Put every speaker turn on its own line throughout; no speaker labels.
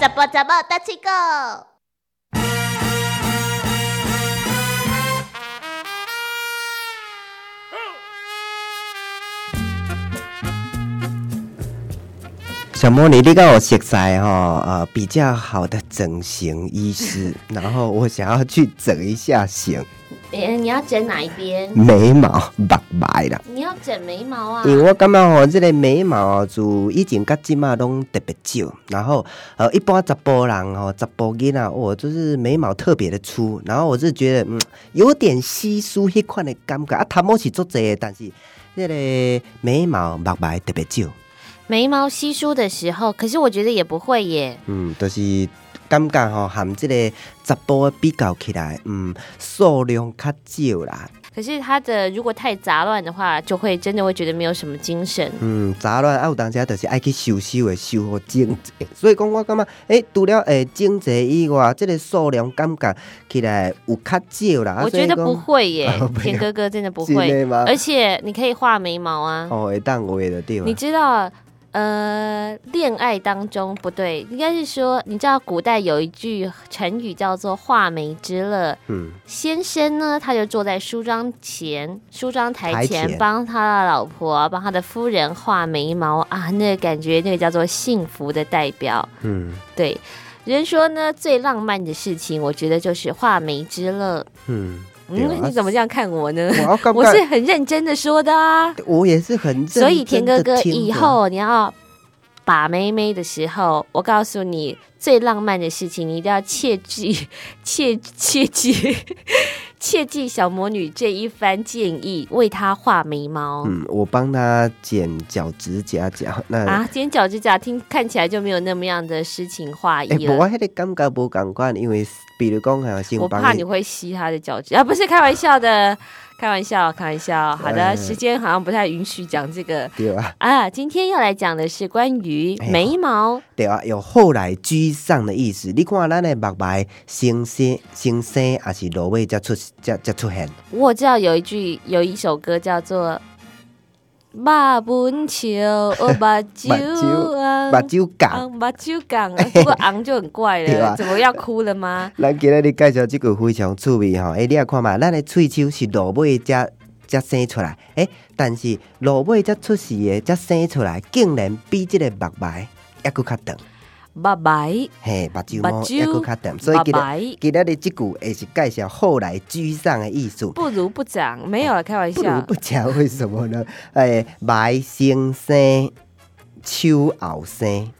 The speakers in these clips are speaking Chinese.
怎么怎么大七狗？
小魔女，你跟我熟悉吼，呃，比较好的整形医师， 然后我想要去整一下型，
哎，你要剪哪一边？
眉毛、目白啦。
你要剪眉毛啊？
因为我感觉吼，这个眉毛哦自以前到即嘛拢特别少，然后呃，一般十波人吼，十波囡仔，我就是眉毛特别的粗，然后我是觉得嗯，有点稀疏迄款的感觉啊，头毛是足侪的，但是这个眉毛目白特别少，
眉毛稀疏的时候，可是我觉得也不会耶。
嗯，就是感觉吼含这个十波比较起来，嗯，数量较少啦，
可是它的如果太杂乱的话，就会真的会觉得没有什么精神。
嗯，杂乱啊，有当时啊，就是爱去修修的，修好整齐。所以讲，我感觉，诶、除了诶整齐以外，这个数量感觉起来有较少啦。啊
我觉得不。会耶
哦，没有
田哥哥真的不
所以讲真
会。
的吗？
而且你可以画眉毛啊，
啊哦，会当我的对吧
你？知道。呃，恋爱当中不对，应该是说，你知道古代有一句成语叫做“画眉之乐”，
嗯，
先生呢，他就坐在梳妆前、梳妆台
台
前，
前
帮他的老婆、帮他的夫人画眉毛啊，那个感觉，那个叫做幸福的代表。
嗯
对，人说呢，最浪漫的事情，我觉得就是画眉之乐。
嗯，对啊
嗯，你怎么这样看我呢？
我感
我是
觉
很认真的说的啊。
我也是很认真
所以田哥哥
地听的
以后你要把妹妹的时候，我告诉你，最浪漫的事情你一定要切记， 切切记， 切记小魔女这一番建议，为她画眉毛、
嗯，哎我帮他剪脚趾甲甲那。
啊。今天脚趾甲听看起来就没有那么样的诗情画
诶，
意
哎无
了。
我迄个感觉无共款，因为比如讲哈，先
我
帮
怕你会吸她的脚趾啊，不是开玩笑的，开玩笑，开玩笑。好的，
哎
时间好像不太允许讲这个
对啊，
啊。今天要来讲的是关于
哎呦
眉毛。
对啊，有后来居上的意思。你看咱的目白先生、先生，也是落尾才出才才出现。
我知道有一句有一首歌叫做“目本笑，哦目睭
目
红，
睭干，
红目睭港”，不过昂就很怪
对啊
了，怎么要哭了吗？
咱今日你介绍这句非常趣味吼。哎诶、你也看嘛，咱的喙手是落尾才才生出来，诶、但是落尾才出世的才生出来，竟然比这个目白还佫较长，
拜拜
嘿，目睭毛
目睭
还佫较长。所以
拜
今日
拜，
今日的这句也是介绍后来居上的意思。
不如不长，没有了，开玩
不如
笑。
不讲，为什么呢？ 哎，白先生，秋后生，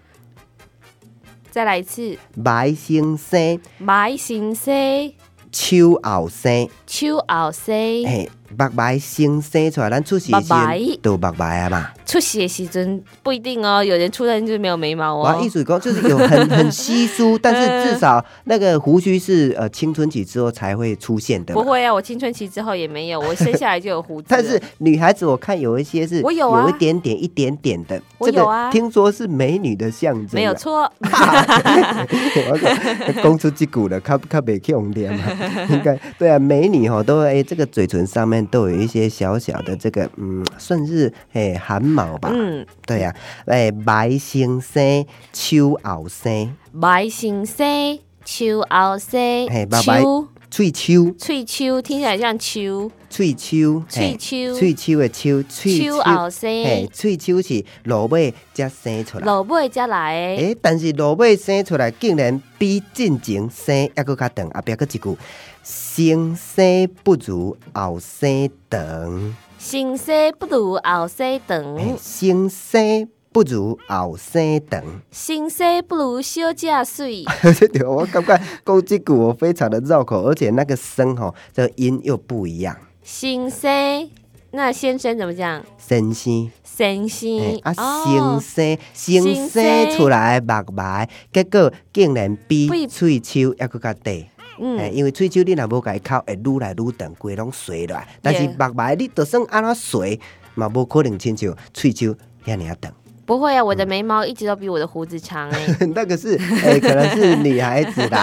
再来一次，
白先生，
买先生，
秋后生，
秋后生，
哎，白白先生出来，咱出世的时
白白
阵都白白啊嘛。
出血时阵不一定哦，有人出生就没有眉毛
我
哦
意。思讲就是有 很很稀疏，但是至少那个胡须是呃青春期之后才会出现的嘛。。
不会啊，我青春期之后也没有，我生下来就有胡子
但是女孩子我看有一些是
我有啊
一点点一点点的，
我
这个
有啊
听说是美女的象征啊，
没有错，
我讲讲出这句了，较较袂去用念嘛。 应该对啊，美女吼都哎、这个嘴唇上面都有一些小小的这个嗯，算是哎、汗毛吧。
嗯。
对啊，哎、白先生、秋后生、
白先生，秋后生
嘿拜，拜
秋
翠秋、
翠秋听起来像秋，
翠秋、
翠
嘿
秋
翠秋的秋、翠
秋
秋。
后
嘿
生，，
翠秋是落尾才生出来。
落尾才来的。
诶，但是落尾生出来，竟然比进前生还佫较长。后壁佫一句，先生不如后生长，
先生不如后生
嘿
长，
先生不如后生长。
先生不如小姐水。
对，我感觉讲这句我非常的绕口，而且那个声吼，这个音又不一样。
先生，那先生怎么讲？
先生，
先
嘿
生
啊，
哦，
先生，先
先
生
生
出来目白，结果竟然比
比
翠秋还佫较短。哎、
嗯，
因为喙手你若无甲伊抠，会愈来愈长，规拢垂落来。但是
Yeah
目眉你就算安怎垂，嘛无可能亲像喙手遐尔啊长。
不会啊，我的眉毛一直都比我的胡子长哎、
那个是哎、 可能是女孩子啦，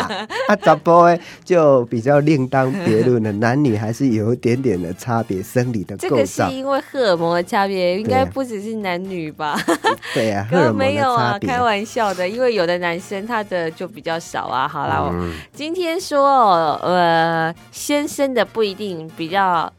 啊，杂波哎就比较另当别论了，男女还是有一点点的差别，生理的
这
构
个是
造，
因为荷尔蒙的差别，应
对啊
该不只是男女吧？
对啊， 荷
根
尔
本
蒙
没
的
有
差
啊，
别。
开玩笑的，因为有的男生他的就比较少啊。好啦，我
嗯
今天说呃，先生的不一定比较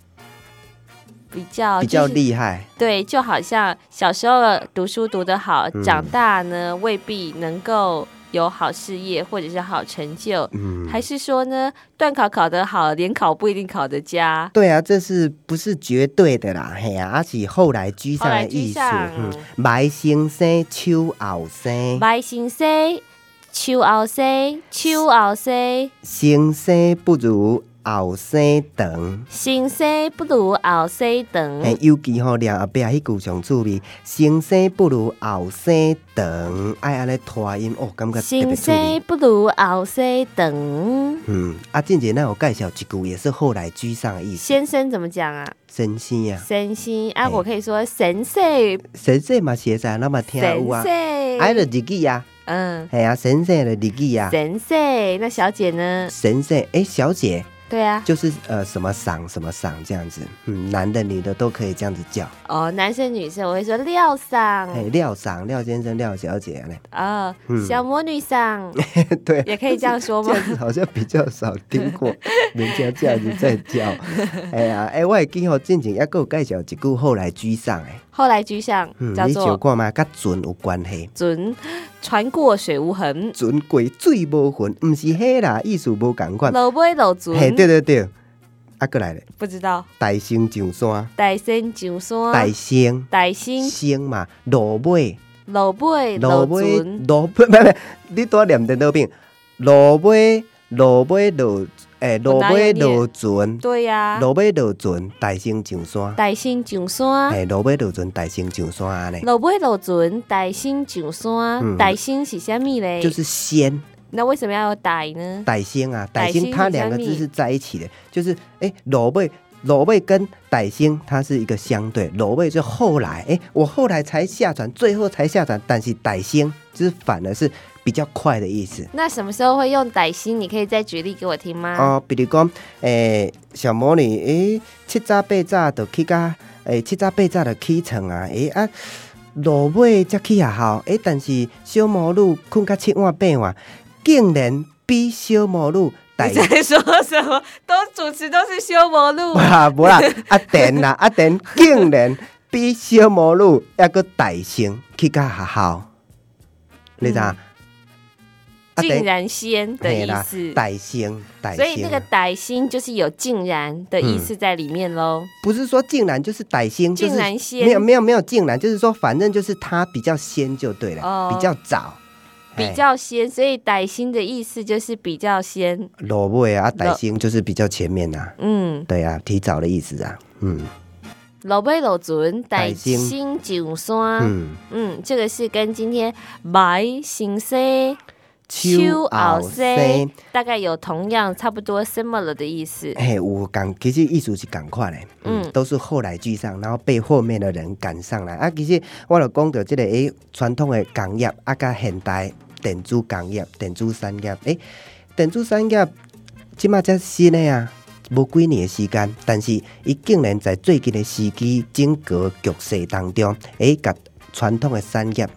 比较
比较
就是
厉害，
对，就好像小时候读书读得好，
嗯
长大呢未必能够有好事业或者是好成就，
嗯，
还是说呢，段考考得好，联考不一定考得佳。
对啊，这是不是绝对的啦？嘿啊，而且后来居上
后来
的
居
艺术，
上
嗯，白先生、秋后生，
白先生，秋后生，秋后生，
先生不如后生长。
先生不如后生
哎、
长。
尤其吼了后壁迄句上趣味，先生不如后生长，爱安尼拖音哦，感觉特别
先
趣味
生。不如后生长。
嗯，啊，静姐，那我介绍一句也是后来居上的意思，
先生怎么讲啊？
先生啊，
先生啊，
哎
我可以说神生，
先生嘛写在那么听
神
有啊，哎，就
生，
日记啊，
嗯，
哎呀、啊，先生的日记啊，
神生。那小姐呢？
先生，哎、小姐。
对啊，
就是呃什么赏什么赏这样子，嗯，男的女的都可以这样子叫，
哦，男生女生我会说廖
哎、
桑
廖赏廖先生、廖小姐嘞，
啊
嗯，
小魔女桑
对，啊
也可以这样说
这
吗？
样子好像比较少听 过人家这样子在叫，哎呀，哎、我会记吼，进前还佫有介绍一句后来居上诶，
后来居上
嗯，
叫
你想
做
看嘛，甲船有关系。
准船过水无痕，
船过水无痕，毋是迄啦，意思无共款。
老尾老准，
嘿，对对对，啊，过来咧，
不知道。
大星上山，
大仙上山，
大星
大仙
星嘛，落尾
老尾
落
老
尾
准，
落尾，不不，你多念在那边。落尾落尾落，诶，落尾落船，
对呀、
落尾落船，大星上山。
大仙上山，
诶，落尾落船，大星上山安尼，
老尾老准，大仙上山，
嗯
大仙是啥物嘞？
就是仙
那为什么要有大呢？
大星啊，
大
大
星
星它
是
两个
啥物
字是在一起的，就是诶，落尾落尾跟大星它是一个相对，落尾就后来，诶，我后来才下船，最后才下船，但是大星就是反而是比较快的意思。
那什么时候会用歹心？你可以再举例给我听吗？
哦，比如讲，诶、小魔女，诶、七早八早就去甲，诶、七早八早就起床啊，诶、啊，落尾才去学校，诶、但是小魔女困到七晚八晚，竟然比小魔女大
你。在说什么？都主持都是修魔路
无，啦无啦， 啊电啦啊电，竟然比小魔女还佫大声去甲学校，你知影？啊
嗯竟然仙的
嘿
意
啦
思，
大声大
所以这
声
个
啊，
歹心就是有竟然的意思在里面喽。
不是说竟然就是歹星，就
竟
是
然
没有
仙
没有没有竟然，就是说反正就是他比较先就对了，
哦
比较早，哎
比较仙，所以歹心的意思就是比较仙。
落尾啊，歹星就是比较前面呐、啊，
嗯。
对啊，提早的意思啊，嗯
老尾老船，带
带金
星上山。
嗯，
嗯，这个是跟今天白先生、
后生，
大概有同样差不多 similar 的意思。
嘿，有赶，其实意思是赶快的，嗯，
嗯
都是后来居上，然后被后面的人赶上来啊。其实我就讲到这个诶，传统的工业啊，甲现代电子工业、电子产业，诶、电子产业即马才新的啊，无几年的时间，但是伊竟然在最近的时机整个局势当中，诶、甲传统的产业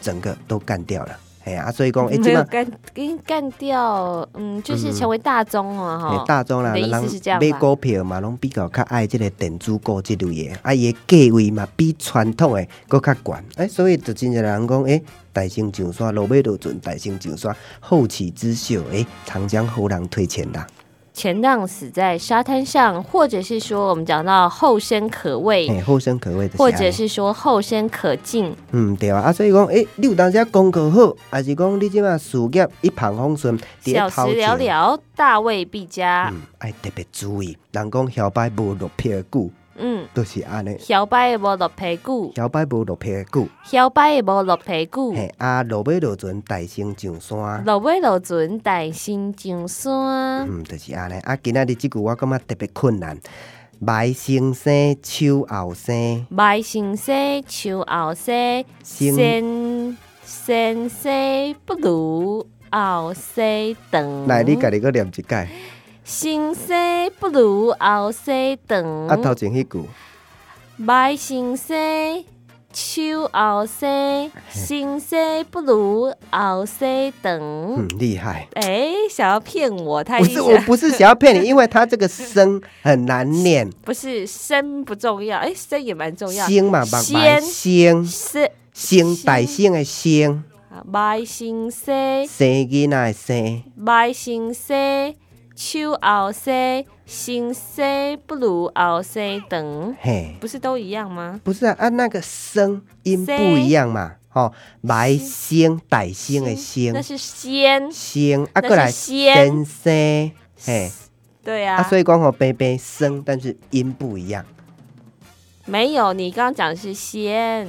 整个都干掉了，哎啊，所 以讲诶，
没
即
有
马。
干跟干掉，嗯，就是成为大宗哦，
诶
哈、
哎大众啦，
你的意思是这样吧
买股票嘛，拢比较较爱即个电子股即类的，啊，伊的价位嘛比传统的搁较悬，诶、所以就真侪人讲，诶、大兴上山，落尾落船，大兴上山，后起之秀，诶、长江后浪推前浪，
前浪死在沙滩上，或者是说我们讲到后生可畏，
诶、后生可畏的。
或者，是说后生可敬，
嗯，对啊，啊，所以讲，诶、你有当时啊功课好，还是讲你即马事业一帆风顺，伫咧
小时
头
了
前，
了，大未必佳。
嗯，爱特别注意，人讲摇摆无落屁股，
嗯，
都、就是安尼，
摇摆的无落屁股，
摇摆无落屁股。
摇摆的无落屁股。
嘿，啊，落尾落船，大升上山。
落尾落船，带薪上山。
嗯，就是安尼。啊，今仔日即句我感觉特别困难。歹先生手后生，
歹先生，树后生，
先
先先生不如后生长。
来你家己个念一解，
先生不如后生
啊头
长，
前迄句，
歹先生，树后生，先生不如后生长
嗯。，厉害。
哎、想要骗我，他
不
一
是，我不是想 要骗你，因为他这个声很难念，
不是生不重要，哎、生也蛮重要。
星嘛，白白
先
星，
是
星
先
百姓的星，
啊，歹先生。
生囡仔的生，
歹先生，手后生，先生不如后生长，
嘿，
不是都一样吗？
不是啊，按、那个声音不一样嘛，哦，白星百姓的星
那，是先，
星啊，
那是
过来
先
先生，嘿，
对
啊，
啊，
所以讲哦，贝贝声，但是音不一 样，
没有，你刚刚讲的是 先，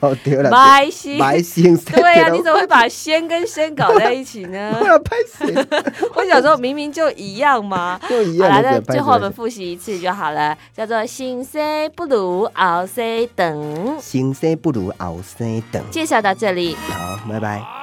哦，对了，
歹先，
白星，
对啊，
了
你怎么会把先跟生搞在一起 呢
不？然拍谁
我想说明明就一样嘛。
又一
好
样
了，
的
那
拍
最后我们
谁？
复习一次就好了，叫做“先生不如后生长
先生不如后生等”。。
介绍到这里。
好，拜拜。